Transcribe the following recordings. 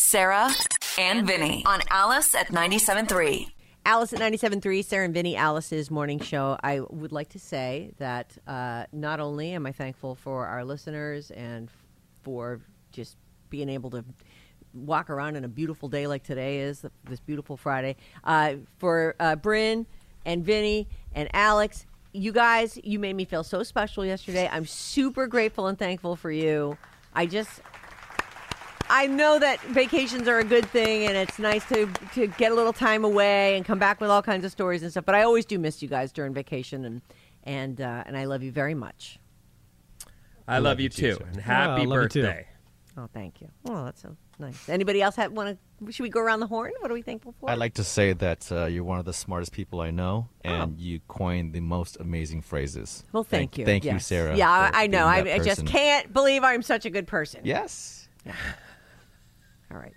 Sarah and Vinny on Alice at 97.3. Alice at 97.3, Sarah and Vinny, Alice's morning show. I would like to say that uh, not only am I thankful for our listeners and for just being able to walk around on a beautiful day like today is, this beautiful Friday, uh, for uh, Bryn and Vinny and Alex. You guys, you made me feel so special yesterday. I'm super grateful and thankful for you. I just, I know that vacations are a good thing, and it's nice to to get a little time away and come back with all kinds of stories and stuff. But I always do miss you guys during vacation, and and uh, and I love you very much. I, love, you too, and happy love you too. birthday. Oh, thank you. Oh, that's so nice. Anybody else have want to? Should we go around the horn? What are we thankful for? I'd like to say that uh, you're one of the smartest people I know, and you coined the most amazing phrases. well, thank, you. Thank you, Yes. Sarah. Yeah, for I, I know. being I, that I just person. can't believe I'm such a good person. Yes. All right.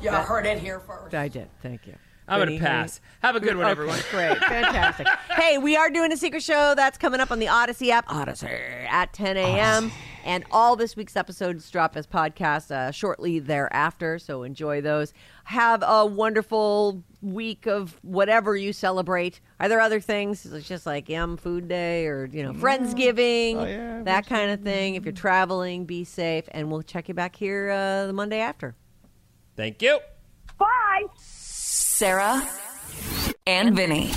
You heard it here first. I did. Thank you. I'm Vinny, gonna pass. Have a good one, Okay, everyone. Great. Fantastic. hey, we are doing a secret show that's coming up on the Odyssey app, Odyssey, at 10 a.m. And all this week's episodes drop as podcasts uh, shortly thereafter. So enjoy those. Have a wonderful week of whatever you celebrate. Are there other things? It's just like Yum Food Day or, you know, Friendsgiving, that kind of thing. If you're traveling, be safe. And we'll check you back here uh, the Monday after. Thank you. Sarah and Vinny.